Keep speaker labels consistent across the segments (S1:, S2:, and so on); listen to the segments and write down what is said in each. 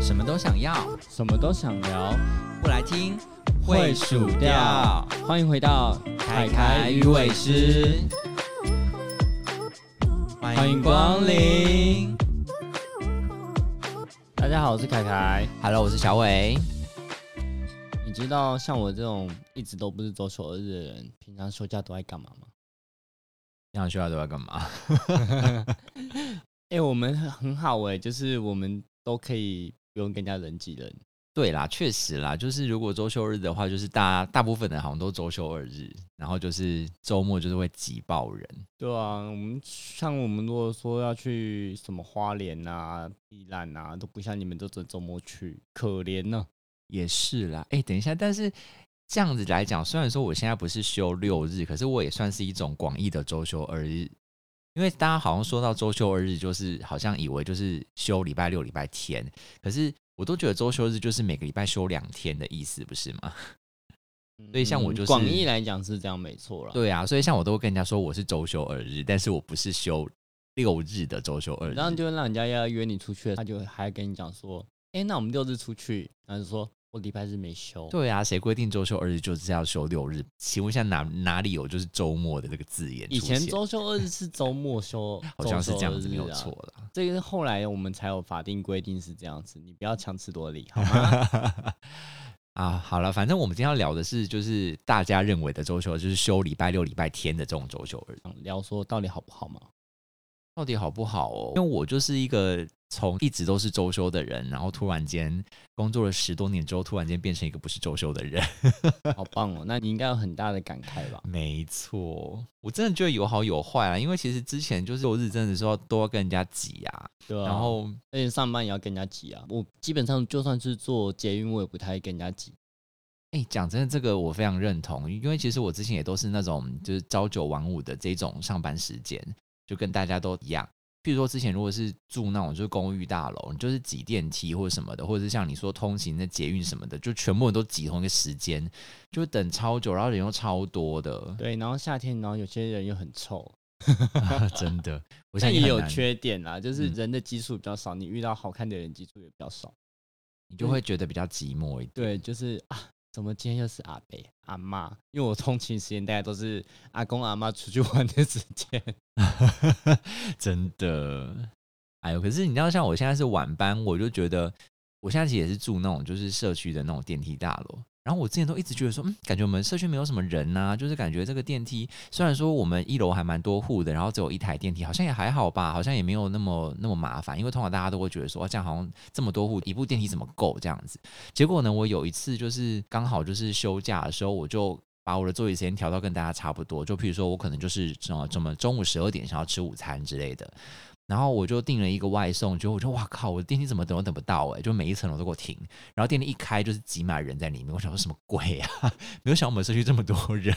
S1: 什么都想要，
S2: 什么都想聊，
S1: 不来听
S2: 会数掉。欢迎回到
S1: 凯凯鱼尾狮，欢迎光临。
S2: 大家好，我是凯凯。
S1: Hello，我是小伟。
S2: 你知道像我这种一直都不是周休二日的人，平常休假都在干嘛吗？
S1: 平常休假都在干嘛？
S2: 哎、我们很很好哎、就是我们都可以不用跟人家人挤人。
S1: 对啦，确实啦，就是如果周休日的话，就是大大部分人好像都周休二日，然后就是周末就是会挤爆人。
S2: 对啊，我们像我们如果说要去什么花莲啊、宜兰啊，都不像你们都只周末去，可怜呢、
S1: 也是啦，哎、等一下，但是这样子来讲，虽然说我现在不是休六日，可是我也算是一种广义的周休二日，因为大家好像说到周休二日，就是好像以为就是休礼拜六、礼拜天，可是我都觉得周休日就是每个礼拜休两天的意思，不是吗？
S2: 嗯
S1: 所以像我就是
S2: 广义来讲是这样没错啦。
S1: 对啊，所以像我都会跟人家说我是周休二日，但是我不是休六日的周休二日
S2: 然，后就会让人家要约你出去，他就还跟你讲说，哎、那我们六日出去，然后就说我礼拜日没休。
S1: 对啊，谁规定周休二日就是要休六日？请问一下哪哪里有就是周末的这个字眼出
S2: 以
S1: 现？
S2: 前周休二日是周末休，
S1: 好像是
S2: 周
S1: 这
S2: 休二
S1: 样子，没有
S2: 日啊
S1: 错。啦。
S2: 这个是后来我们才有法定规定是这样子，你不要强词夺理 好吗？
S1: 啊，好了，反正我们今天要聊的是，就是大家认为的周休，就是休礼拜六、礼拜天的这种周休而已，
S2: 聊说到底好不好嘛？
S1: 到底好不好哦？因为我就是一个从一直都是周休的人，然后突然间工作了十多年之后，突然间变成一个不是周休的人。
S2: 好棒哦， 那你应该有很大的感慨吧？
S1: 没错，我真的觉得有好有坏啊，因为其实之前就是周日真的说都要跟人家挤啊，
S2: 对啊，
S1: 然后
S2: 而且上班也要跟人家挤啊。我基本上就算是坐捷运，我也不太跟人家挤。
S1: 哎、讲真的，这个我非常认同，因为其实我之前也都是那种就是朝九晚五的这种上班时间，就跟大家都一样。譬如说之前如果是住那种就是公寓大楼，你就是挤电梯或者什么的，或者是像你说通勤的捷运什么的，就全部人都挤同一个时间，就会等超久，然后人又超多的，
S2: 对，然后夏天，然后有些人又很臭，
S1: 啊真的。我现在
S2: 但也
S1: 很
S2: 有
S1: 难，
S2: 缺点啦，就是
S1: 嗯
S2: 人的基数比较少，你遇到好看的人基数也比较少。
S1: 你就会觉得比较寂寞一点。
S2: 对，就是啊，怎么今天又是阿伯阿妈？因为我通勤时间大概都是阿公阿妈出去玩的时间。
S1: 真的，哎呦，可是你知道，像我现在是晚班，我就觉得我现在其实也是住那种就是社区的那种电梯大楼。然后我之前都一直觉得说，嗯，感觉我们社区没有什么人呐、就是感觉这个电梯虽然说我们一楼还蛮多户的，然后只有一台电梯，好像也还好吧，好像也没有那么那么麻烦，因为通常大家都会觉得说，哦哇，这样好像这么多户，一部电梯怎么够这样子？结果呢，我有一次就是刚好就是休假的时候，我就把我的作业时间调到跟大家差不多。就譬如说，我可能就是呃怎么中午十二点想要吃午餐之类的，然后我就订了一个外送，结果我就哇靠，我的电梯怎么等都等不到哎、就每一层楼都给我停，然后电梯一开就是挤满人在里面，我想说什么鬼啊？ 没有想到我们社区这么多人。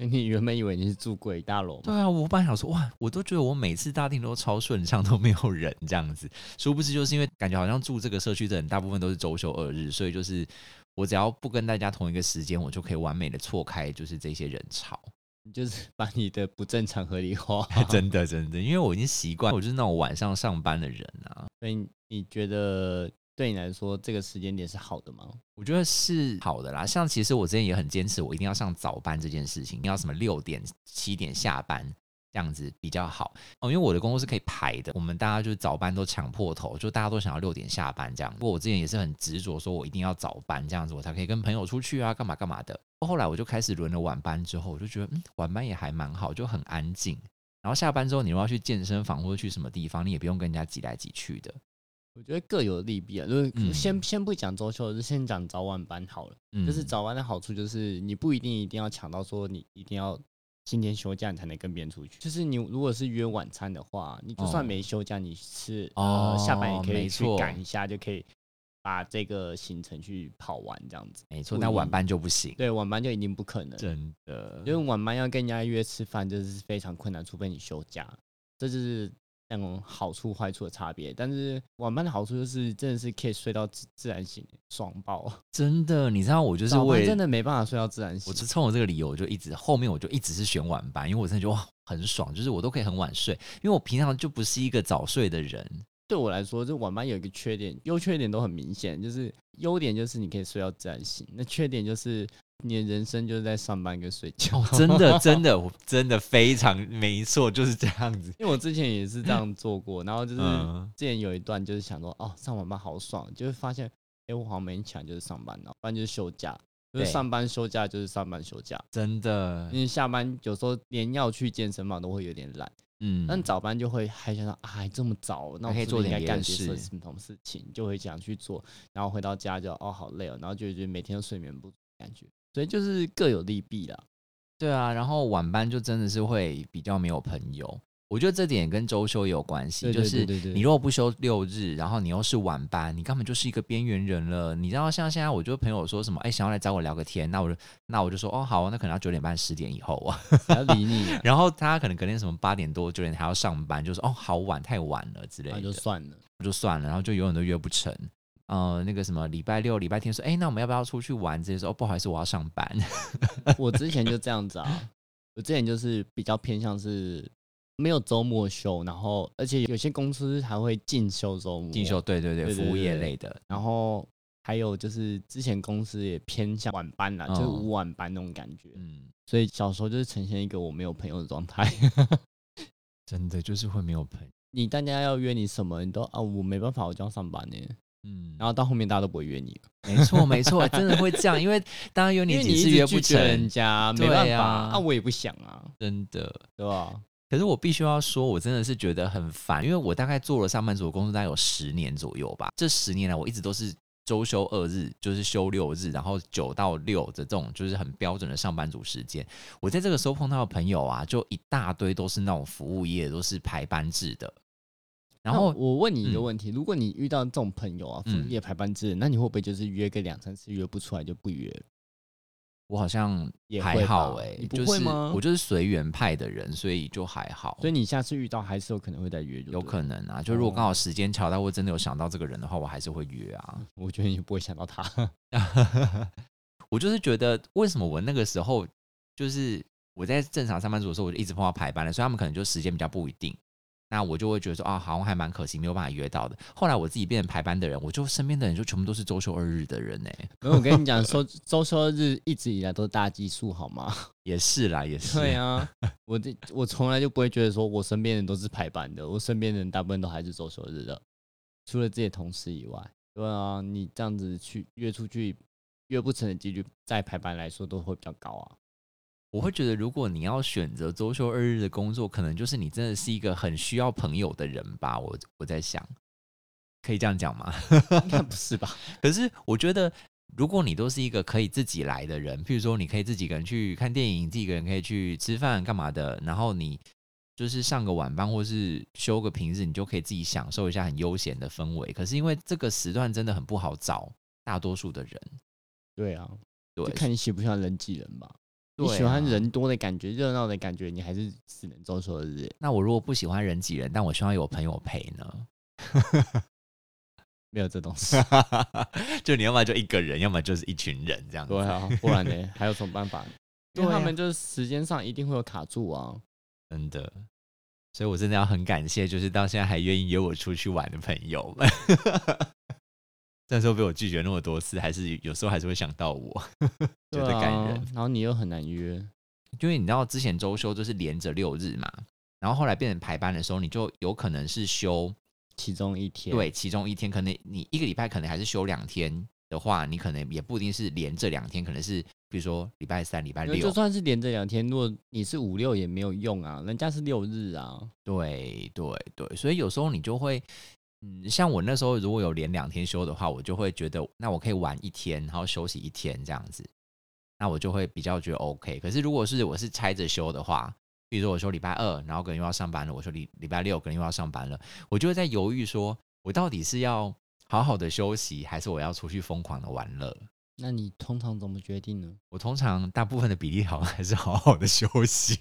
S2: 你原本以为你是住鬼大楼
S1: 对
S2: 嘛？
S1: 啊，我本来想说哇，我都觉得我每次搭电梯都超顺畅，都没有人这样子。殊不知就是因为感觉好像住这个社区的人大部分都是周休二日，所以就是我只要不跟大家同一个时间，我就可以完美的错开就是这些人潮。
S2: 你就是把你的不正常合理 化。
S1: 真的真的，因为我已经习惯，我就是那种晚上上班的人啊。
S2: 所以你觉得对你来说这个时间点是好的吗？
S1: 我觉得是好的啦，像其实我之前也很坚持，我一定要上早班这件事情，要什么六点七点下班这样子比较好哦，因为我的工作是可以排的，我们大家就是早班都抢破头，就大家都想要六点下班这样。不过我之前也是很执着，说我一定要早班这样子，我才可以跟朋友出去啊，干嘛干嘛的。后来我就开始轮了晚班之后，我就觉得嗯，晚班也还蛮好，就很安静。然后下班之后，你如果要去健身房或者去什么地方，你也不用跟人家挤来挤去的。
S2: 我觉得各有利弊啊。就是
S1: 嗯
S2: 先、先不讲周休，就先讲早晚班好了。
S1: 嗯，
S2: 就是早班的好处就是你不一定一定要抢到说你一定要今天休假你才能跟别人出去。就是你如果是约晚餐的话，你就算
S1: 哦
S2: 没休假，你是、
S1: 哦
S2: 呃下班也可以
S1: 没
S2: 去
S1: 错
S2: 赶一下，就可以把这个行程去跑完这样子。
S1: 没错，
S2: 不一
S1: 但晚
S2: 定
S1: 班就不行，
S2: 对，晚班就一定不可能。
S1: 真的
S2: 因为晚班要跟人家约吃饭，这是非常困难，除非你休假。这就是那种好处坏处的差别。但是晚班的好处就是真的是可以睡到自自然醒，爽爆！
S1: 真的，你知道我就是
S2: 早班
S1: 为
S2: 真的没办法睡到自然
S1: 我
S2: 醒，
S1: 就冲着这个理由，我就一直后面我就一直是选晚班，因为我真的觉得哇很爽，就是我都可以很晚睡，因为我平常就不是一个早睡的人。
S2: 对我来说，这晚班有一个缺点，优缺点都很明显。就是优点就是你可以睡到自然醒，那缺点就是你的人生就是在上班跟睡觉。
S1: 哦，真的，真的，我真的非常没错，就是这样 子。
S2: 因为我之前也是这样做过，然后就是
S1: 嗯
S2: 之前有一段就是想说，哦，上晚班好爽，就是发现，哎、我好像每天起来就是上班哦了，不然就是休假，就是
S1: 对嗯
S2: 上班休假就是上班休假，
S1: 真的
S2: 因，为下班有时候连要去健身房都会有点懒，
S1: 嗯，
S2: 但早班就会还想到，啊，还这么早，那我
S1: 还可以
S2: 是不
S1: 做
S2: 是
S1: 点
S2: 应该
S1: 别
S2: 干
S1: 的
S2: 些
S1: 事
S2: 什么什么事情，就会想去做，然后回到家就哦好累哦，然后就觉得每天都睡眠不足的感觉，所以就是各有利弊啦。
S1: 对啊，然后晚班就真的是会比较没有朋友，我觉得这点也跟周休也有关系，
S2: 对
S1: 就
S2: 对
S1: 是
S2: 对对对
S1: 你如果不休六日，然后你又是晚班，你根本就是一个边缘人了。你知道，像现在我就朋友说什么，哎、想要来找我聊个天，那我就那我就说，哦，好啊，那可能要九点半十点以后啊。 ，
S2: 谁要理你、啊
S1: 然后他可能隔天什么八点多九点还要上班，就说哦，好晚太晚了之类
S2: 那
S1: 的，
S2: 就算了。
S1: 就算了，然后就永远都约不成。呃，那个什么礼拜六、礼拜天说，哎、那我们要不要出去玩？直接说，哦，不好意思，我要上班。
S2: 我之前就这样 子啊，我之前就是比较偏向是没有周末休，然后而且有些公司还会进修周末，
S1: 进修，，对对对，
S2: 对对
S1: 服务业
S2: 对
S1: 类的，
S2: 然后还有就是之前公司也偏向晚班啦，就是
S1: 哦
S2: 午晚班那种感觉，
S1: 嗯，
S2: 所以小时候就是呈现一个我没有朋友的状态。
S1: 真的就是会没有朋友。
S2: 你大家要约你什么，你都啊我没办法，我就要上班呢。
S1: 嗯，
S2: 然后到后面大家都不会约你了，
S1: 没错没错，真的会这样，因为当然有
S2: 因
S1: 你
S2: 为你
S1: 几次
S2: 一
S1: 约
S2: 直
S1: 不
S2: 拒绝人
S1: 成，
S2: 家，
S1: 对
S2: 没办法
S1: 啊
S2: 啊，我也不想啊，
S1: 真的。
S2: 对吧？
S1: 可是我必须要说，我真的是觉得很烦，因为我大概做了上班族的工作大概有十年左右吧。这十年来，我一直都是周休二日，就是休六日，然后九到六的这种就是很标准的上班族时间。我在这个时候碰到的朋友啊，就一大堆都是那种服务业，都是排班制的。然
S2: 那
S1: 后
S2: 我问你一个
S1: 嗯
S2: 问题：如果你遇到这种朋友啊，服
S1: 嗯
S2: 务业排班制，那你会不会就是约个两三次约不出来就不约了？
S1: 我好像
S2: 也
S1: 还
S2: 会
S1: 好
S2: 吧
S1: 哎、
S2: 你不
S1: 就
S2: 会
S1: 是
S2: 吗
S1: 我就是随缘派的人，所以就还好。
S2: 所以你下次遇到还是有可能会再约，
S1: 有可
S2: 能。
S1: 能啊，就如果
S2: 哦
S1: 刚好时间巧到，我真的有想到这个人的话，我还是会约啊。
S2: 我觉得你不会想 到他，
S1: 我就是觉得，为什么我那个时候就是我在正常上班族的时候，我就一直碰到排班了，所以他们可能就时间比较不一定。那我就会觉得说啊，好像还蛮可惜，没有办法约到的。后来我自己变成排班的人，我就身边的人就全部都是周休二日的人欸呢、
S2: 没有。我跟你讲，说周休日一直以来都是大基数，好吗？
S1: 也是啦，也是。
S2: 对啊，我这我从来就不会觉得说我身边人都是排班的，我身边人大部分都还是周休日的，除了这些同事以外。对啊，你这样子去约出去约不成的几率，在排班来说都会比较高 啊。
S1: 我会觉得，如果你要选择周休二日的工作，可能就是你真的是一个很需要朋友的人吧。我我在想，可以这样讲吗？
S2: 应该不是吧？
S1: 可是我觉得，如果你都是一个可以自己来的人，譬如说你可以自己一个人去看电影，自己一个人可以去吃饭干嘛的，然后你就是上个晚班或是休个平日，你就可以自己享受一下很悠闲的氛围。可是因为这个时段真的很不好找，大多数的人
S2: 对啊，
S1: 对
S2: 就看你喜不喜欢人挤人吧。你
S1: 对
S2: 喜欢
S1: 啊
S2: 人多的感觉、热闹的感觉，你还是只能周休日。
S1: 那我如果不喜欢人挤人，但我希望有朋友陪呢，
S2: 没有这东 西。
S1: 就你要么就一个人，要么就是一群人这样子。
S2: 对啊，不然呢？还有什么办 法？因
S1: 对
S2: 为
S1: 啊
S2: 他们就是时间上一定会有卡住啊。
S1: 真的。所以我真的要很感谢，就是到现在还愿意约我出去玩的朋友们。虽然说被我拒绝那么多次，还是有时候还是会想到我，觉
S2: 对
S1: 得
S2: 啊，
S1: 感人。
S2: 然后你又很难约，
S1: 因为你知道之前周休就是连着六日嘛，然后后来变成排班的时候，你就有可能是休
S2: 其中一天。
S1: 对其中一天，可能你一个礼拜可能还是休两天的话，你可能也不一定是连这两天，可能是比如说礼拜三、礼拜
S2: 因为
S1: 六
S2: 就，算是连着两天，如果你是五六也没有用啊，人家是六日啊。
S1: 对对对，所以有时候你就会，嗯，像我那时候如果有连两天休的话，我就会觉得那我可以玩一天，然后休息一天这样子，那我就会比较觉得 OK。可是如果是我是拆着休的话，比如说我休礼拜二，然后可能又要上班了，我休礼礼拜六可能又要上班了，我就会在犹豫说，我到底是要好好的休息，还是我要出去疯狂的玩乐？
S2: 那你通常怎么决定呢？
S1: 我通常大部分的比例好像还是好好的休息，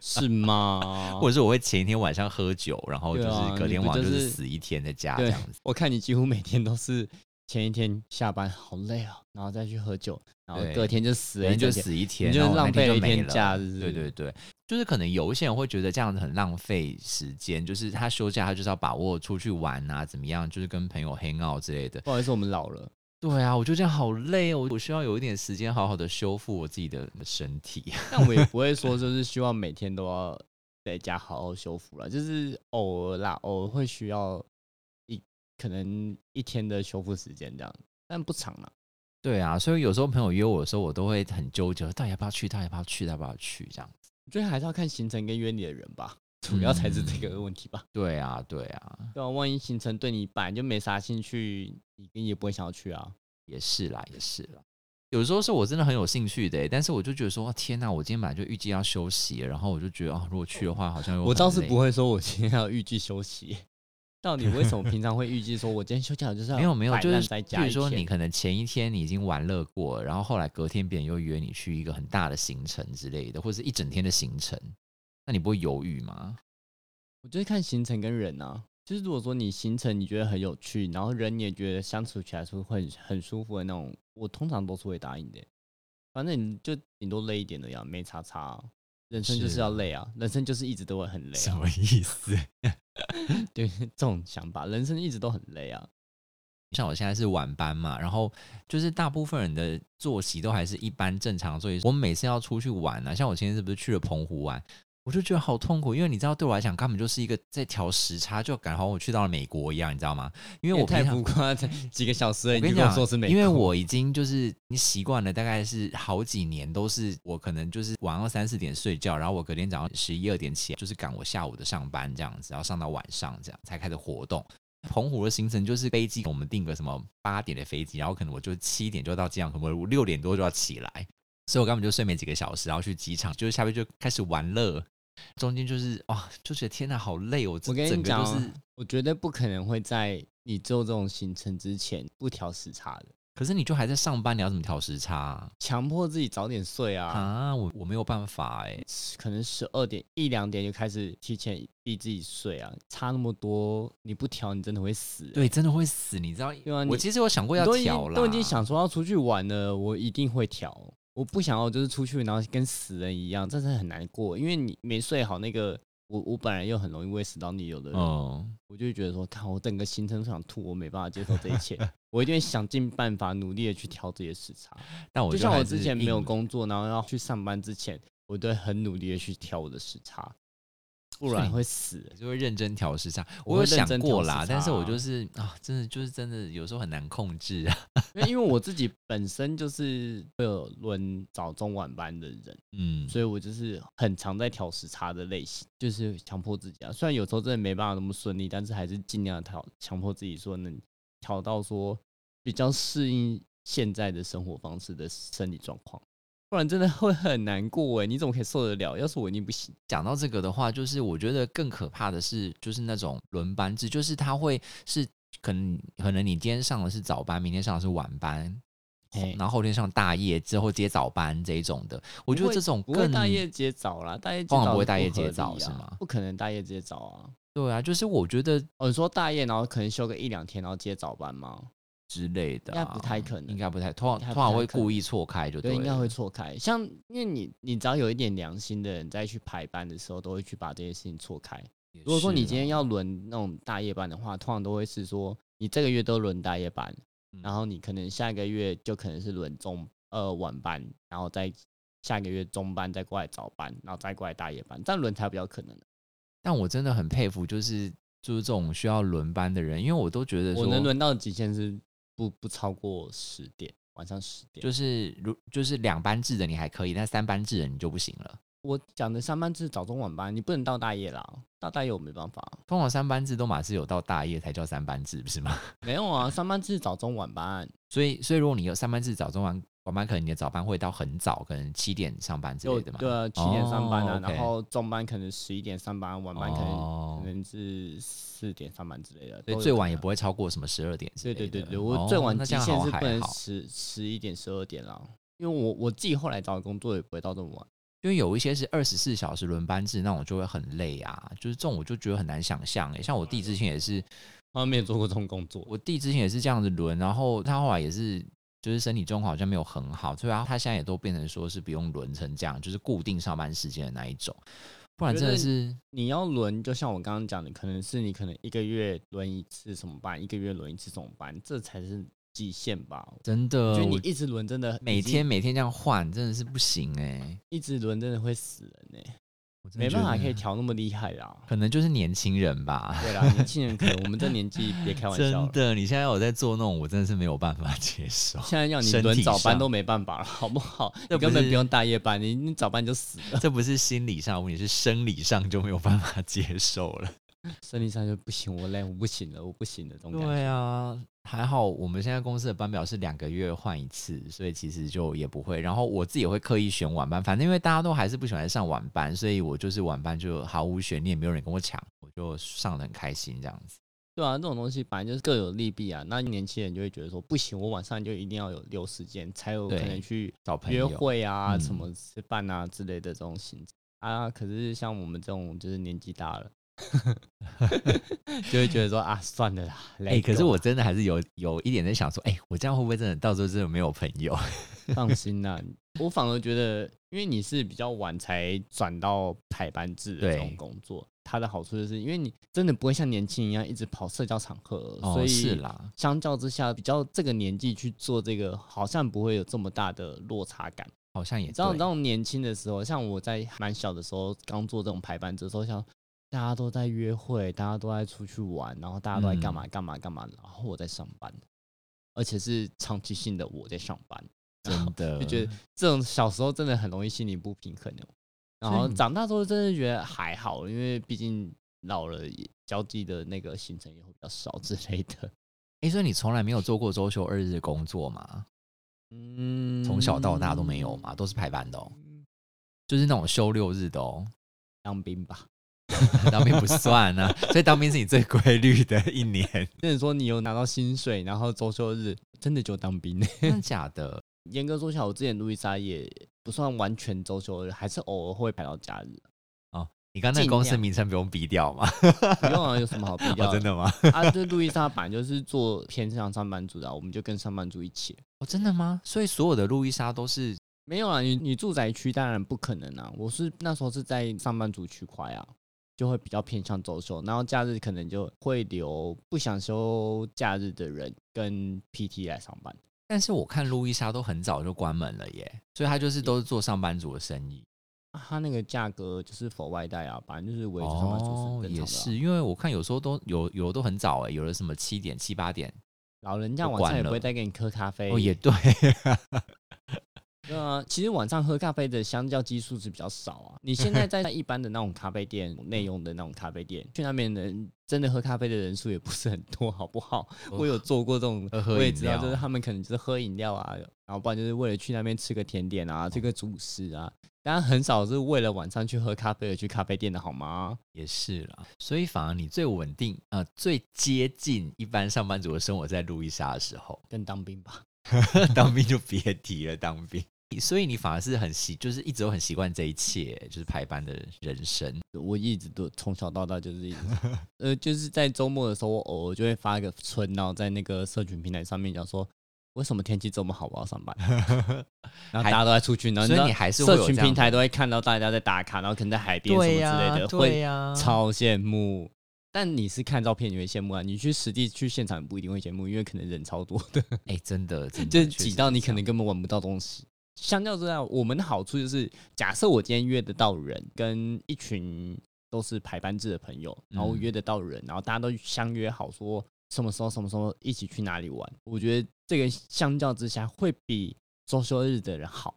S2: 是吗？
S1: 或者是我会前一天晚上喝酒，然后就
S2: 啊对啊
S1: 是隔
S2: 你
S1: 天
S2: 不
S1: 晚上
S2: 就
S1: 就是是死一天在家这
S2: 对
S1: 样子。
S2: 我看你几乎每天都是前一天下班好累啊，然后再去喝酒，然后
S1: 对
S2: 隔天就死
S1: 别
S2: 了一
S1: 人就
S2: 整天
S1: 死一天，
S2: 你就
S1: 然后
S2: 浪
S1: 那
S2: 费
S1: 就
S2: 了一
S1: 没
S2: 天假日
S1: 对对对，就是可能有一些人会觉得这样子很浪费时间，就是他休假他就是要把握出去玩啊，怎么样，就是跟朋友 hang out 之类的。
S2: 不好意思，我们老了，
S1: 对啊，我就这样好累哦，我需要有一点时间好好的修复我自己的身 体。
S2: 但我也不会说就是希望每天都要在家好好修复了，就是偶尔啦，偶尔会需要一可能一天的修复时间这样，但不长啦。
S1: 对啊，所以有时候朋友约我的时候，我都会很纠结，到底要不要去，到底要不要去，到底要不要去这样。
S2: 我觉得还是要看行程跟约你的人吧，主要才是这个问题吧。
S1: 对啊，对啊，
S2: 对啊，万一行程对你本来就没啥兴趣，你你也不会想要去啊。
S1: 也是啦，也是啦。有时候是我真的很有兴趣的欸，但是我就觉得说，哇天呐，我今天本来就预计要休息了，然后我就觉得啊，如果去的话，好像又
S2: 我
S1: 很
S2: 倒是
S1: 累
S2: 不会说我今天要预计休息。 到底为什么平常会预计说我今天休假我就是要
S1: 没有没有，
S2: 摆
S1: 就
S2: 烂
S1: 是
S2: 在
S1: 比
S2: 家
S1: 如
S2: 一
S1: 说
S2: 天
S1: 你可能前一天你已经玩乐过了，然后后来隔天别人又约你去一个很大的行程之类的，或者是一整天的行程，那你不会犹豫吗？
S2: 我就是看行程跟人啊，就是如果说你行程你觉得很有趣，然后人你也觉得相处起来是会很很舒服的那种，我通常都是会答应的。反正你就顶多累一点的呀，没差差、啊。人生就是
S1: 是
S2: 要
S1: 啊
S2: 累啊，人生就是一直都会很累啊。
S1: 意思？
S2: 对，这种想法，人生一直都很累啊。
S1: 像我现在是晚班嘛，然后就是大部分人的作息都还是一般正常作息。我每次要出去玩啊，像我前天是不是去了澎湖玩，我就觉得好痛苦，因为你知道对我来讲根本就是一个在调时差，就感觉好像我去到了美国一样，你知道吗？因为我
S2: 也太
S1: 平常
S2: 浮夸了，才几个小时而已，
S1: 我跟
S2: 你
S1: 你
S2: 就跟
S1: 讲，
S2: 我说是美
S1: 因为
S2: 国
S1: 我已经就是你习惯了，大概是好几年都是我可能就是晚上三四点睡觉，然后我隔天早上十一二点起来，就是赶我下午的上班这样子，然后上到晚上这样才开始活动。澎湖的行程就是飞机，我们订个什么八点的飞机，然后可能我就七点就到机场，可能我六点多就要起来，所以我根本就睡没几个小时，然后去机场，就是下面就开始玩乐，中间就是哇、就觉得天哪，好累哦！我
S2: 我跟
S1: 整
S2: 你
S1: 个
S2: 讲
S1: 就
S2: 哦
S1: 是，
S2: 我绝对不可能会在你做这种行程之前不调时差的，
S1: 可是你就还在上班，你要怎么调时差啊、
S2: 强迫自己早点睡啊。
S1: 啊，我我没有办法哎、
S2: 可能十二点一两点就开始提前逼自己睡啊，差那么多，你不调你真的会死、欸。
S1: 对，真的会死，你知道？
S2: 对啊你
S1: 我其实有想过
S2: 我
S1: 要
S2: 都已经
S1: 调啦，
S2: 都已经想说要出去玩了，我一定会调。我不想要就是出去然后跟死人一样，真的很难过，因为你没睡好那个。我我本来又很容易胃食道逆流的人，
S1: 嗯，
S2: 我就会觉得说，看我整个行程都想吐，我没办法接受这 一切，我一定会想尽办法努力的去调这些时差。
S1: 但我
S2: 就像
S1: 哦还
S2: 我
S1: 是
S2: 之前没有
S1: 硬
S2: 工作，然后要去上班之前，我都会很努力的去调我的时差，不
S1: 所以
S2: 然
S1: 你
S2: 会死。
S1: 就会认真调时差。
S2: 我
S1: 我有
S2: 会认
S1: 想
S2: 真调
S1: 过
S2: 时
S1: 啦，但是
S2: 差
S1: 我
S2: 啊
S1: 就是啊，真的就是真的有时候很难控制啊。
S2: 因为因为我自己本身就是会有轮早中晚班的人，
S1: 嗯，
S2: 所以我就是很常在调时差的类型，就是强迫自己啊。虽然有时候真的没办法那么顺利，但是还是尽量调，强迫自己说能调到说比较适应现在的生活方式的生理状况，不然真的会很难过哎。你怎么可以受得了？要是我一定不行。
S1: 讲到这个的话，就是我觉得更可怕的是，就是那种轮班制，就是它会是可能可能你今天上的是早班，明天上的是晚班。
S2: 嘿
S1: 然后后天上大夜之后接早班这一种的，我觉
S2: 不
S1: 得
S2: 会
S1: 这种
S2: 不会
S1: 更
S2: 大夜接早啦，大夜接
S1: 通
S2: 早
S1: 常不
S2: 是
S1: 会大夜接
S2: 合理
S1: 早
S2: 啊
S1: 是吗
S2: 不可能大夜接早啊！
S1: 对啊，就是我觉得
S2: 哦，你说大夜，然后可能休个一两天，然后接早班吗？
S1: 之类的、啊，
S2: 应该不太可能
S1: 应该不太，通常
S2: 应
S1: 通
S2: 该不
S1: 常
S2: 太
S1: 会
S2: 可能
S1: 故意错开就
S2: 对，
S1: 了
S2: 应该会错开。像因为你，你只要有一点良心的人，再去排班的时候，都会去把这些事情错开。如果说你今天要轮那种大夜班的话，通常都会是说你这个月都轮大夜班，
S1: 嗯
S2: 然后你可能下一个月就可能是轮中呃晚班，然后再下个月中班再过来早班，然后再过来大夜班，这样轮才比较可能。
S1: 但我真的很佩服，就是就是这种需要轮班的人，因为我都觉得
S2: 我
S1: 说，
S2: 能轮到的极限是不不超过十点，晚上十点。
S1: 就是如就是两班制的你还可以，但三班制的你就不行了。
S2: 我讲的上班制早中晚班，你不能到大夜啦，到大夜我没办法。
S1: 通常三班制都马是有到大夜才叫三班制，不是吗？
S2: 没有啊，上班制早中晚班，
S1: 所以所以如果你有上班制早中晚晚班，可能你的早班会到很早，可能七点上班之
S2: 就
S1: 类的嘛。
S2: 对啊，七点上班啊，
S1: 哦，OK
S2: 然后中班可能十一点上班，晚班可能、
S1: 哦
S2: 可能是四点上班之类
S1: 所以
S2: 的，都有
S1: 最
S2: 可
S1: 晚
S2: 能
S1: 也不会超过什么十二点之
S2: 对
S1: 类的。
S2: 对对对，
S1: 哦
S2: 我最晚
S1: 那这
S2: 极
S1: 样
S2: 限
S1: 好
S2: 是
S1: 还
S2: 不能
S1: 好
S2: 十十一点、十二点啦，因为我我自己后来找的工作也不会到这么晚。
S1: 因为有一些是二十四小时轮班制，那种就会很累啊。就是这种我就觉得很难想象诶、像我弟之前也是，
S2: 他哦没有做过这种工作，
S1: 我弟之前也是这样子轮，然后他后来也是就是身体状况好像没有很好，所以他他现在也都变成说是不用轮成这样，就是固定上班时间的那一种。不然真的是
S2: 你要轮，就像我刚刚讲的，可能是你可能一个月轮一次什么班，一个月轮一次什么班，这才是极限吧。
S1: 真
S2: 就
S1: 的，
S2: 你
S1: 我
S2: 一直轮真的
S1: 每
S2: 已经
S1: 天每天这样换真的是不行哎、
S2: 一直轮真的会死人呢、
S1: 我真的
S2: 没办法
S1: 觉得
S2: 可以调那么厉害 啦。
S1: 可能就是年轻人吧。
S2: 对啦，年轻人可能我们这年纪别开玩笑
S1: 真
S2: 了，
S1: 的，你现在有在做那种，我真的是没有办法接受。
S2: 现在要你
S1: 身
S2: 轮
S1: 体
S2: 早班
S1: 上
S2: 都没办法了，好不好？
S1: 这
S2: 你
S1: 不
S2: 根本
S1: 是
S2: 不用大夜班，你你早班就死 了，
S1: 这不是心理上的问题，是生理上就没有办法接受 了。
S2: 身体上就不行，我累，我不行了，我不行了，这种感觉。
S1: 对啊，还好我们现在公司的班表是两个月换一次，所以其实就也不会。然后我自己也会刻意选晚班，反正因为大家都还是不喜欢上晚班，所以我就是晚班就毫无悬念，没有人跟我抢，我就上的很开心这样子。
S2: 对啊，这种东西本来就是各有利弊啊。那年轻人就会觉得说，不行，我晚上就一定要有留时间，才有可
S1: 对
S2: 能去
S1: 找朋
S2: 约
S1: 友
S2: 会啊、
S1: 嗯
S2: 什么吃饭啊之类的这种行程啊。可是像我们这种就是年纪 大了，就会觉得说啊，算了啦。
S1: 哎、
S2: 累
S1: 可
S2: 够
S1: 是我
S2: 了
S1: 真的还是有有一点在想说，哎、我这样会不会真的到时候真的没有朋友？
S2: 放心啦、我反而觉得，因为你是比较晚才转到排班制的这种
S1: 对
S2: 工作，它的好处就是因为你真的不会像年轻人一样一直跑社交场合，所以
S1: 哦是啦，
S2: 相较之下，比较这个年纪去做这个，好像不会有这么大的落差感。
S1: 好像也
S2: 你知道，
S1: 对
S2: 你知道年轻的时候，像我在蛮小的时候，刚做这种排班制的时候，想大家都在约会，大家都在出去玩，然后大家都在干嘛干嘛干嘛，然后我在上班，而且是长期性的我在上班，
S1: 真的
S2: 就觉得这种小时候真的很容易心理不平衡哦。然
S1: 所以
S2: 后
S1: 你
S2: 长大之后真的觉得还好，因为毕竟老了，也交际的那个行程也会比较少之类的。
S1: 哎、所以你从来没有做过周休二日的工作吗？
S2: 嗯，
S1: 从小到大都没有嘛，都是排班的哦，就是那种休六日的哦，
S2: 当兵吧。
S1: 当兵不算 啊，所以当兵是你最规律的一年，
S2: 真的说你有拿到薪水，然后周休日，真的就当 兵。
S1: 真的假的？
S2: 严格说起来，我之前路易莎也不算完全周休日，还是偶尔会排到假日。啊
S1: 你刚刚那个公司
S2: 尽量
S1: 名称不用逼掉吗？
S2: 不用啊，有什么好比较、
S1: 哦，真的吗？
S2: 啊，这路易莎本来就是做偏向上班族的啊、我们就跟上班族一起。啊
S1: 哦，真的吗？所以所有的路易莎都是
S2: 没有啊，你你住宅区当然不可能啊。我是那时候是在上班族区块啊，就会比较偏向周休，然后假日可能就会留不想休假日的人跟 PT 来上班。
S1: 但是我看路易莎都很早就关门了耶，所以她就是都是做上班族的生意。
S2: 啊它那个价格就是否外带啊，反正就是维持上班族
S1: 哦
S2: 是，正常的啊、
S1: 也是，因为我看有时候都有有的都很早哎，有的什么七点七八点
S2: 老人家晚
S1: 就关
S2: 上也
S1: 了
S2: 不会再给你喝咖啡。
S1: 哦，也 对，
S2: 对啊，其实晚上喝咖啡的相较基数是比较少啊。你现在在一般的那种咖啡店内用的那种咖啡店，去那边的人真的喝咖啡的人数也不是很多，好不好？
S1: 哦
S2: 我有做过这种
S1: 喝喝
S2: 我也
S1: 饮
S2: 知道，就是
S1: 料
S2: 他们可能就是喝饮料啊，然后不然就是为了去那边吃个甜点啊，这个主食啊，但很少是为了晚上去喝咖啡而去咖啡店的好吗？
S1: 也是啦。所以反而你最稳定啊、呃最接近一般上班族的生活，在路易莎的时候，
S2: 跟当兵吧，
S1: 当兵就别提了，当兵。所以你反而是很习，就是一直都很习惯这一切，就是排班的人生。
S2: 我一直都从小到大就是一直， 呃，就是在周末的时候，我偶尔就会发个春，然后在那个社群平台上面讲说，为什么天气这么好，我要上 班，然后大家都在出去，然后
S1: 所以
S2: 知道
S1: 你还是会有
S2: 社群
S1: 这样
S2: 平台
S1: 子
S2: 都会看到大家在打卡，然后可能在海边什么
S1: 对呀、
S2: 之类的，
S1: 对
S2: 会
S1: 呀、
S2: 超羡慕。但你是看照片你会羡慕啊，你去实地去现场不一定会羡慕，因为可能人超多的，
S1: 哎、真的，真的
S2: 就是
S1: 确
S2: 挤
S1: 实
S2: 到
S1: 是
S2: 你
S1: 这
S2: 可
S1: 样
S2: 能根本玩不到东西。相较之下，我们的好处就是，假设我今天约得到人，跟一群都是排班制的朋友，然后
S1: 嗯
S2: 约得到人，然后大家都相约好说什么时候、什么时候一起去哪里玩。我觉得这个相较之下会比周休日的人好，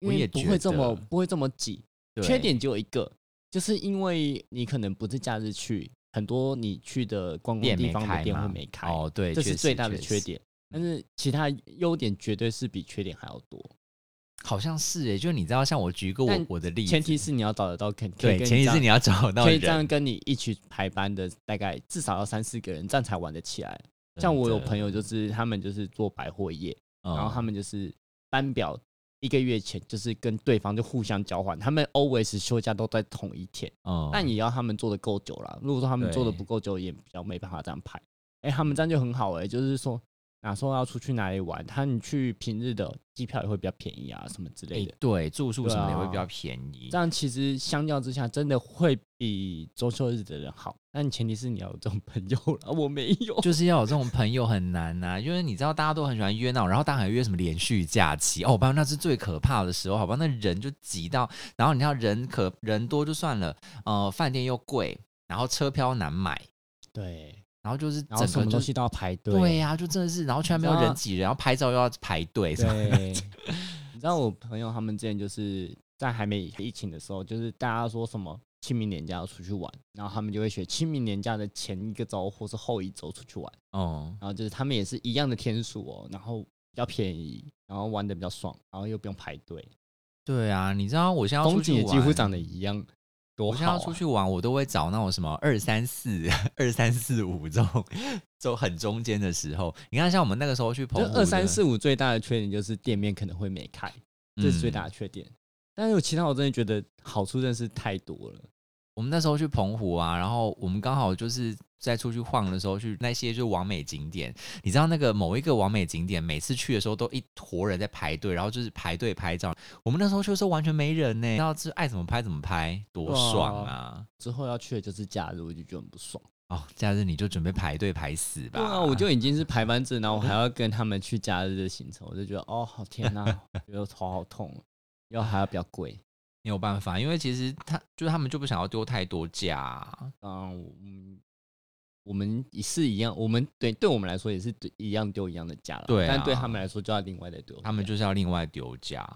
S2: 因
S1: 我
S2: 为
S1: 也
S2: 不
S1: 觉
S2: 会这
S1: 得
S2: 么不会这么挤，
S1: 对
S2: 缺点只有一个，就是因为你可能不是假日去，很多你去的观光
S1: 店
S2: 地
S1: 没
S2: 方的
S1: 开
S2: 店
S1: 嘛
S2: 会没开，
S1: 哦，对，
S2: 这
S1: 确
S2: 是
S1: 实
S2: 最大的
S1: 确
S2: 缺
S1: 实
S2: 点。但是其他优点绝对是比缺点还要多。
S1: 好像是诶，就是你知道，像我举一个我
S2: 但
S1: 我的例子，
S2: 前提是你要找得到肯，可
S1: 对，
S2: 以跟
S1: 前提
S2: 这
S1: 是
S2: 样
S1: 你要找到
S2: 可以
S1: 人
S2: 这，样跟你一起排班的，大概至少要三四个人，这样才玩得起来。像我有朋
S1: 友，
S2: 友就是他们就是做百货业，
S1: 嗯
S2: 然后他们就是班表一个月前就是跟对方就互相交换，他们 always 休假都在同一天，
S1: 嗯
S2: 但也要他们做的够久啦。如果说他们做的不够久，也比较没办法这样排。哎、他们这样就很好哎、就是说哪时候要出去哪里玩，他你去平日的机票也会比较便宜啊，什么之类
S1: 诶
S2: 的。
S1: 欸对住宿什么的也会比较
S2: 对啊
S1: 便宜
S2: 这。样其实相较之下，真的会比周休日的人好，但前提是你要有这种朋友啦，我没 有。
S1: 就是要有这种朋友很难呐、因为你知道大家都很喜欢约那种，然后大家还约什么连续假期哦，不然那是最可怕的时候，好吧？那人就挤到，然后你看人可人多就算了，呃，饭店又贵，然后车票难买，
S2: 对，
S1: 然后就是
S2: 然后
S1: 整
S2: 什
S1: 个
S2: 么
S1: 就
S2: 东
S1: 是
S2: 西都要排队。
S1: 对呀、就真的是，然后居然没有人挤人，然后拍照又要排队，什么
S2: 对，你知道我朋友他们之前就是在还没疫情的时候，就是大家说什么清明年假要出去玩，然后他们就会选清明年假的前一个周或是后一周出去玩，
S1: 哦，
S2: 然后就是他们也是一样的天数哦，然后比较便宜，然后玩的比较爽，然后又不用排队，
S1: 对啊，你知道我现在要出
S2: 风景
S1: 去
S2: 也几
S1: 玩，
S2: 乎长得一样，多
S1: 我现
S2: 好、
S1: 在
S2: 啊
S1: 要！出去玩，我都会找那种什么二三四、 二三四五这种，就很中间的时候。你看，像我们那个时候去
S2: 就
S1: 澎湖，
S2: 二三四五最大的缺点就是店面可能会没开，这是最
S1: 嗯
S2: 大的缺点。但是我其他我真的觉得好处真的是太多了。
S1: 我们那时候去澎湖啊，然后我们刚好就是在出去晃的时候去那些就是完美景点，你知道那个某一个完美景点，每次去的时候都一坨人在排队，然后就是排队拍照。我们那时候去的时候完全没人呢、然后就是爱怎么拍怎么拍，多爽啊！
S2: 之后要去的就是假日，我就觉得很不爽。
S1: 哦，假日你就准备排队排死吧。
S2: 对啊，我就已经是排班制，然后我还要跟他们去假日的行程，我就觉得哦，好天 呐、觉得头好痛，然后还要比较贵。
S1: 没有办法，因为其实他就是他们就不想要丢太多假啊、
S2: 嗯，我们我们也是一样，我们对对我们来说也是对一样丢一样的假了，
S1: 对啊
S2: 但对他们来说就要另外再丢假，
S1: 他们就是要另外丢假。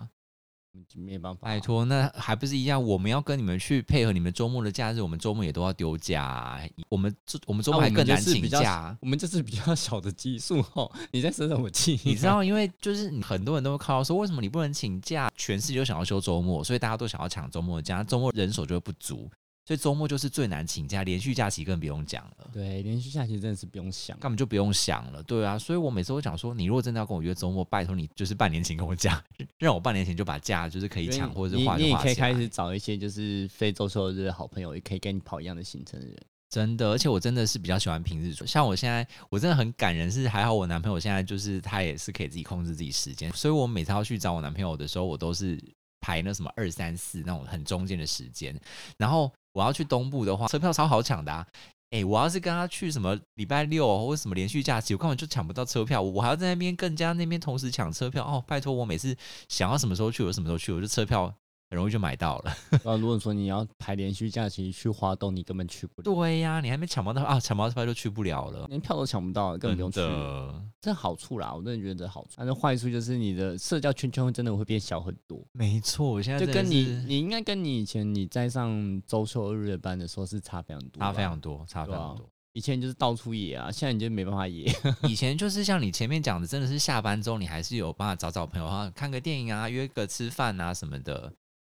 S2: 没办法、
S1: 拜，托，那还不是一样？我们要跟你们去配合你们周末的假日，我们周末也都要丢假啊、我们周我们周末
S2: 啊
S1: 还
S2: 我们
S1: 更难
S2: 就是
S1: 请
S2: 比较
S1: 假啊、
S2: 我们就是比较小的基数哦， 你在生什么气？
S1: 你知道，因为就是你很多人都会靠说，为什么你不能请假？全世界都想要休周末，所以大家都想要抢周末的假，周末人手就会不足，所以周末就是最难请假，连续假期更不用讲了。
S2: 对，连续假期真的是不用想。
S1: 根本就不用想了，对啊，所以我每次都讲说，你如果真的要跟我约周末，拜托你就是半年前跟我讲， 让我半年前就把假就是可以
S2: 所以
S1: 抢或者是
S2: 你
S1: 花
S2: 你
S1: 就
S2: 也
S1: 花
S2: 可以
S1: 起来
S2: 开。始找一些就是非周休日的好朋友，也可以跟你跑一样的行程的人。
S1: 真的，而且我真的是比较喜欢平日出，像我现在我真的很感人，是还好我男朋友现在就是他也是可以自己控制自己时间，所以我每次要去找我男朋友的时候，我都是排那什么二三四那种很中间的时间，然后我要去东部的话，车票超好抢的、啊。哎、我要是跟他去什么礼拜六啊或者什么连续假期，我根本就抢不到车票，我还要在那边更加那边同时抢车票哦。拜托，我每次想要什么时候去，我就什么时候去，我就车票很容易就买到了。
S2: 啊，如果说你要排连续假期去花东，你根本去不了，
S1: 对呀、你还没抢不到啊，抢不到车票就去不了了。
S2: 连票都抢不到，根本不用去。
S1: 真的
S2: 这好处啦，我真的觉得这好处。但是坏处就是你的社交圈圈会真的会变小很多，
S1: 没错，我现在
S2: 就
S1: 真的
S2: 跟你
S1: 是
S2: 你应该跟你以前你在上周休日的班的时候是差非常多，
S1: 差非常。多，差非常
S2: 对
S1: 多
S2: 啊。以前就是到处野啊，现在你就没办法野。
S1: 以前就是像你前面讲的，真的是下班之后你还是有办法找找朋友，啊，看个电影啊，约个吃饭啊什么的。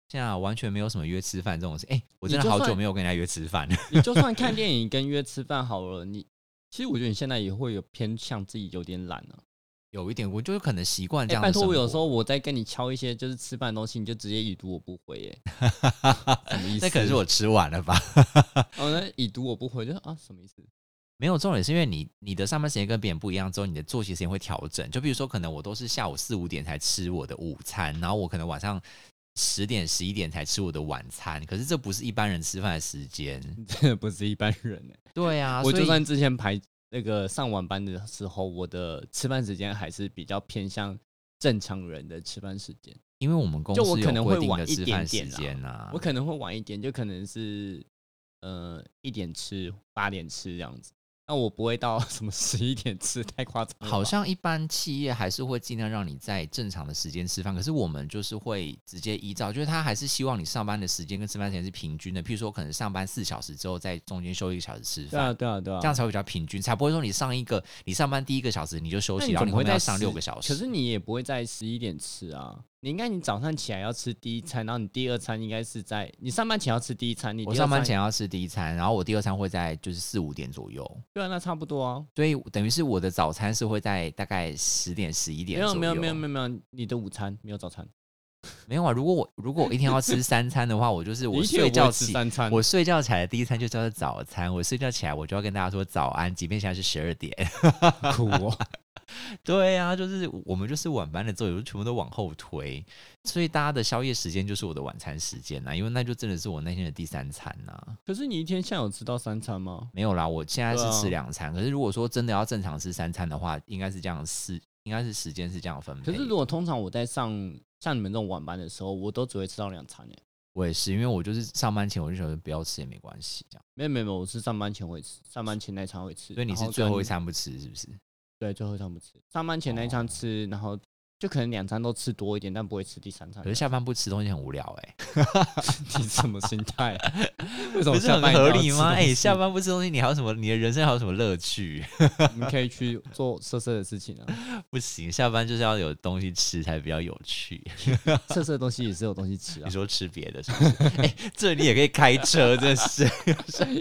S1: 现在啊完全没有什么约吃饭这种事，哎、我真的
S2: 你就
S1: 好
S2: 算
S1: 久没有跟人家约吃饭。
S2: 你就算看电影跟约吃饭好了，你其实我觉得你现在也会有偏向自己有点懒了、啊。
S1: 有一点，我就是可能习惯这
S2: 哎、
S1: 样的
S2: 拜托，
S1: 生
S2: 我有
S1: 活
S2: 时候我在跟你敲一些就是吃饭的东西，你就直接已读我不回、 耶，什么意思？
S1: 那可能是我吃完了吧。
S2: 哦，那已读我不回，就是啊，什么意思？
S1: 没有重点是因为你你的上班时间跟别人不一样之后，你的作息时间会调整。就比如说，可能我都是下午四五点才吃我的午餐，然后我可能晚上十点十一点才吃我的晚餐。可是这不是一般人吃饭的时间。
S2: 你真的不是一般人呢、
S1: 对啊，
S2: 嗯我
S1: 所
S2: 就
S1: 以
S2: 算之前排那个上晚班的时候，我的吃饭时间还是比较偏向正常人的吃饭时间。
S1: 因为我们公司
S2: 就我可能
S1: 有
S2: 会
S1: 规定
S2: 晚
S1: 的
S2: 一
S1: 吃
S2: 点
S1: 饭时
S2: 点啦
S1: 间啊，
S2: 我可能会晚一点，就可能是呃一点吃八点吃这样子。那我不会到 什么十一点吃，太夸张了吧。
S1: 好像一般企业还是会尽量让你在正常的时间吃饭，可是我们就是会直接依照，就是他还是希望你上班的时间跟吃饭时间是平均的。譬如说，可能上班四小时之后，在中间休一个小时吃
S2: 对
S1: 饭，
S2: 啊对啊对啊，
S1: 这样才会比较平均，才不会说你上一个你上班第一个小时你就休
S2: 那
S1: 息，
S2: 你
S1: 然后
S2: 总
S1: 你
S2: 不
S1: 后
S2: 会
S1: 面要
S2: 在
S1: 上
S2: 10
S1: 六个小时。
S2: 可是你也不会在十一点吃啊，你应该你早上起来要吃第一餐，然后你第二餐应该是在你上班前要吃第一餐，你
S1: 我
S2: 第二
S1: 上班
S2: 餐
S1: 前要吃第一餐，然后我第二餐会在就是四五点左右，
S2: 对啊，那差不多啊。
S1: 所以等于是我的早餐是会在大概十点十一点
S2: 没有没有没有
S1: 有
S2: 没有没有，你的午餐没有早餐，
S1: 没有啊！如果我如果我一天要吃三餐的话，我 就是
S2: 你
S1: 我
S2: 一
S1: 睡
S2: 天也不会
S1: 觉
S2: 吃
S1: 起
S2: 三餐，
S1: 我睡觉起来的第一餐就叫做早餐，我睡觉起来我就要跟大家说早安，即便现在是十二点。
S2: 苦哦。
S1: 对啊，就是我们就是晚班的之后，就全部都往后推，所以大家的宵夜时间就是我的晚餐时间呐、啊因为那就真的是我那天的第三餐呐、
S2: 可是你一天现在有吃到三 餐吗？
S1: 没有啦，我现在
S2: 对
S1: 是
S2: 啊
S1: 吃两餐，可是如果说真的要正常吃三餐的话，应该是这样是应该是时间是这样分
S2: 可
S1: 配。
S2: 是如果通常我在上像你们这种晚班的时候，我都只会吃到两餐诶。欸
S1: 我也是，因为我就是上班前我就想说不要吃也没关系，这样。
S2: 没有没有没有，我是上班前会吃，上班前那一餐会吃。
S1: 所以你
S2: 然
S1: 是
S2: 后
S1: 最后一哎
S2: 跟
S1: 餐不吃是不是？
S2: 对，最后一餐不吃，上班前那一
S1: 哦
S2: 餐吃，然后就可能两餐都吃多一点，但不会吃第三餐。
S1: 可是下班不吃东西很无聊哎、
S2: 你什么心 态、啊？为什 么
S1: 不是很
S2: 下班一定
S1: 合
S2: 要
S1: 理
S2: 吃
S1: 吗？
S2: 东
S1: 哎、
S2: 西
S1: 下班不吃东西，你还有什么？你的人生还有什么乐趣？
S2: 你们可以去做色色的事情啊，
S1: 不行，下班就是要有东西吃才比较有趣。
S2: 色色的东西也是有东西吃
S1: 你
S2: 啊，
S1: 说吃别的是不是？ 哎、这你也可以开车，真 是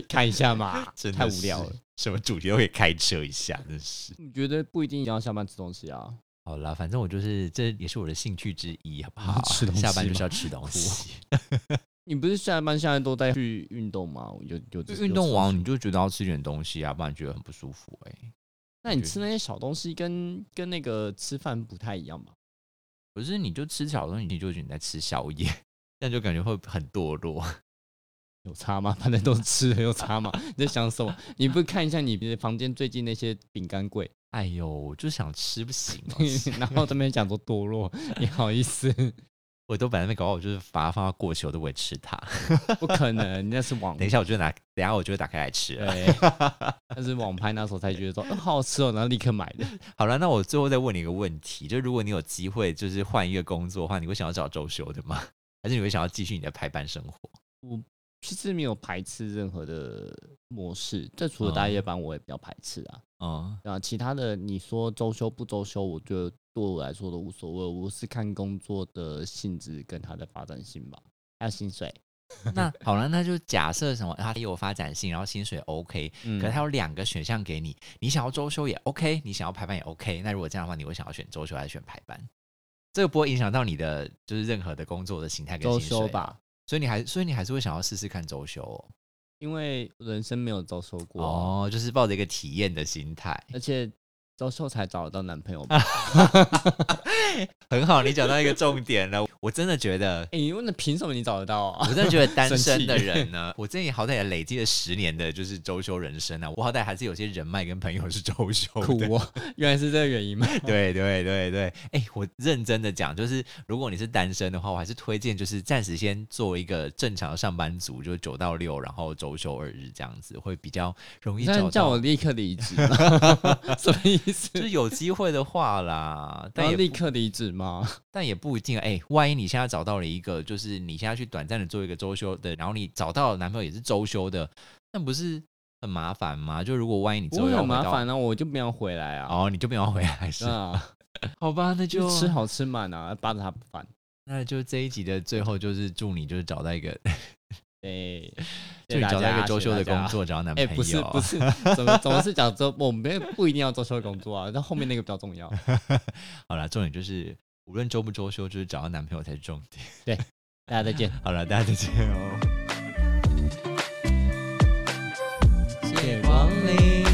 S2: 看一下 嘛，
S1: 真的
S2: 太无聊了
S1: 是。，什么主题都可以开车一下，真是。
S2: 你觉得不一定要下班吃东西啊？
S1: 好啦，反正我就是这也是我的兴趣之一，好不好？
S2: 嗯吃东西
S1: 下班就
S2: 吗
S1: 是要吃东 西。
S2: 你不是下班现在都在去运动吗？有有有
S1: 运动
S2: 吃
S1: 完你就觉得要吃点东西啊，不然觉得很不舒服、哎，
S2: 那你吃那些小东西跟跟那个吃饭不太一样吧？
S1: 可是你就吃小东西，你就觉得你在吃宵夜， 这样就感觉会很堕落。
S2: 有差吗？ 反正都是吃的，有差吗？你在想什么？你不看一下你的房间最近那些饼干柜，
S1: 哎呦，我就想吃不行、哦
S2: 然后这边讲说堕落，你好意思？
S1: 我都本来没搞好，我就是把它放到过期，我都不会吃它。
S2: 嗯不可能，那是网
S1: 等一下我就拿，等一下我就打开来吃了。
S2: 对，但是网拍那时候才觉得说，呃、好好吃哦，然后立刻买的。
S1: 好了，那我最后再问你一个问题，就如果你有机会就是换一个工作的话，你会想要找周休的吗？ 还是你会想要继续你的排班生活？
S2: 其实没有排斥任何的模式，这除了大夜班我也比较排斥啊。
S1: 嗯，
S2: 啊，其他的你说周休不周休，我觉得对我来说都无所谓，我是看工作的性质跟它的发展性吧，还有薪水。
S1: 那好了，那就假设什么，它也有发展性，然后薪水 OK，
S2: 嗯
S1: 可是它有两个选项给你，你想要周休也 OK，你想要排班也 OK。那如果这样的话，你会想要选周休还是选排班？这个不会影响到你的就是任何的工作的形态跟
S2: 周
S1: 薪水
S2: 休
S1: 哦
S2: 吧，
S1: 所以你还，所以你还是会想要试试看周休哦。
S2: 因为人生没有周休过啊，
S1: 哦，就是抱着一个体验的心态，
S2: 而且周休才找得到男朋友吧？
S1: 啊很好，你讲到一个重点了。我真的觉得，
S2: 哎、你问的凭什么你找得到啊？
S1: 我真的觉得单身的
S2: 生气
S1: 人呢，我这里好歹也累积了十年的就是周休人生啊，我好歹还是有些人脉跟朋友是周休
S2: 苦
S1: 的。
S2: 哦，原来是这个原因吗？
S1: 对对对对，哎、我认真的讲，就是如果你是单身的话，我还是推荐就是暂时先做一个正常的上班族，就是九到六，然后周休二日这样子，会比较容易
S2: 你
S1: 找到。
S2: 这叫我立刻离职， 什么意思？
S1: 就是有机会的话啦，但
S2: 然后
S1: 也
S2: 立
S1: 不
S2: 刻离职 吗？
S1: 但也不一定啊。哎、万一你现在找到了一个，就是你现在去短暂的做一个周休的，然后你找到的男朋友也是周休的，那不是很麻烦吗？就如果万一你之
S2: 不
S1: 后
S2: 会
S1: 要
S2: 很
S1: 回到
S2: 麻，烦啊，我就没有回来啊。
S1: 哦，你就没有回来是
S2: 对
S1: 吧？
S2: 啊，
S1: 好吧，那
S2: 就
S1: 就
S2: 吃好吃满啊，扒着他不放。
S1: 那就这一集的最后就是祝你就是找到一个，
S2: 对，
S1: 祝你找到一个周休的
S2: 谢谢大家
S1: 工。作，找到 男朋
S2: 哎、
S1: 友。
S2: 不是 不是，怎么怎么是讲周？我们不一定要周休的工作啊，但后面那个比较重要。
S1: 哦好了，重点就是无论周不周休，就是找到男朋友才是重点。
S2: 大家再见，
S1: 好了，大家再见哦。
S2: 谢谢
S1: 光临。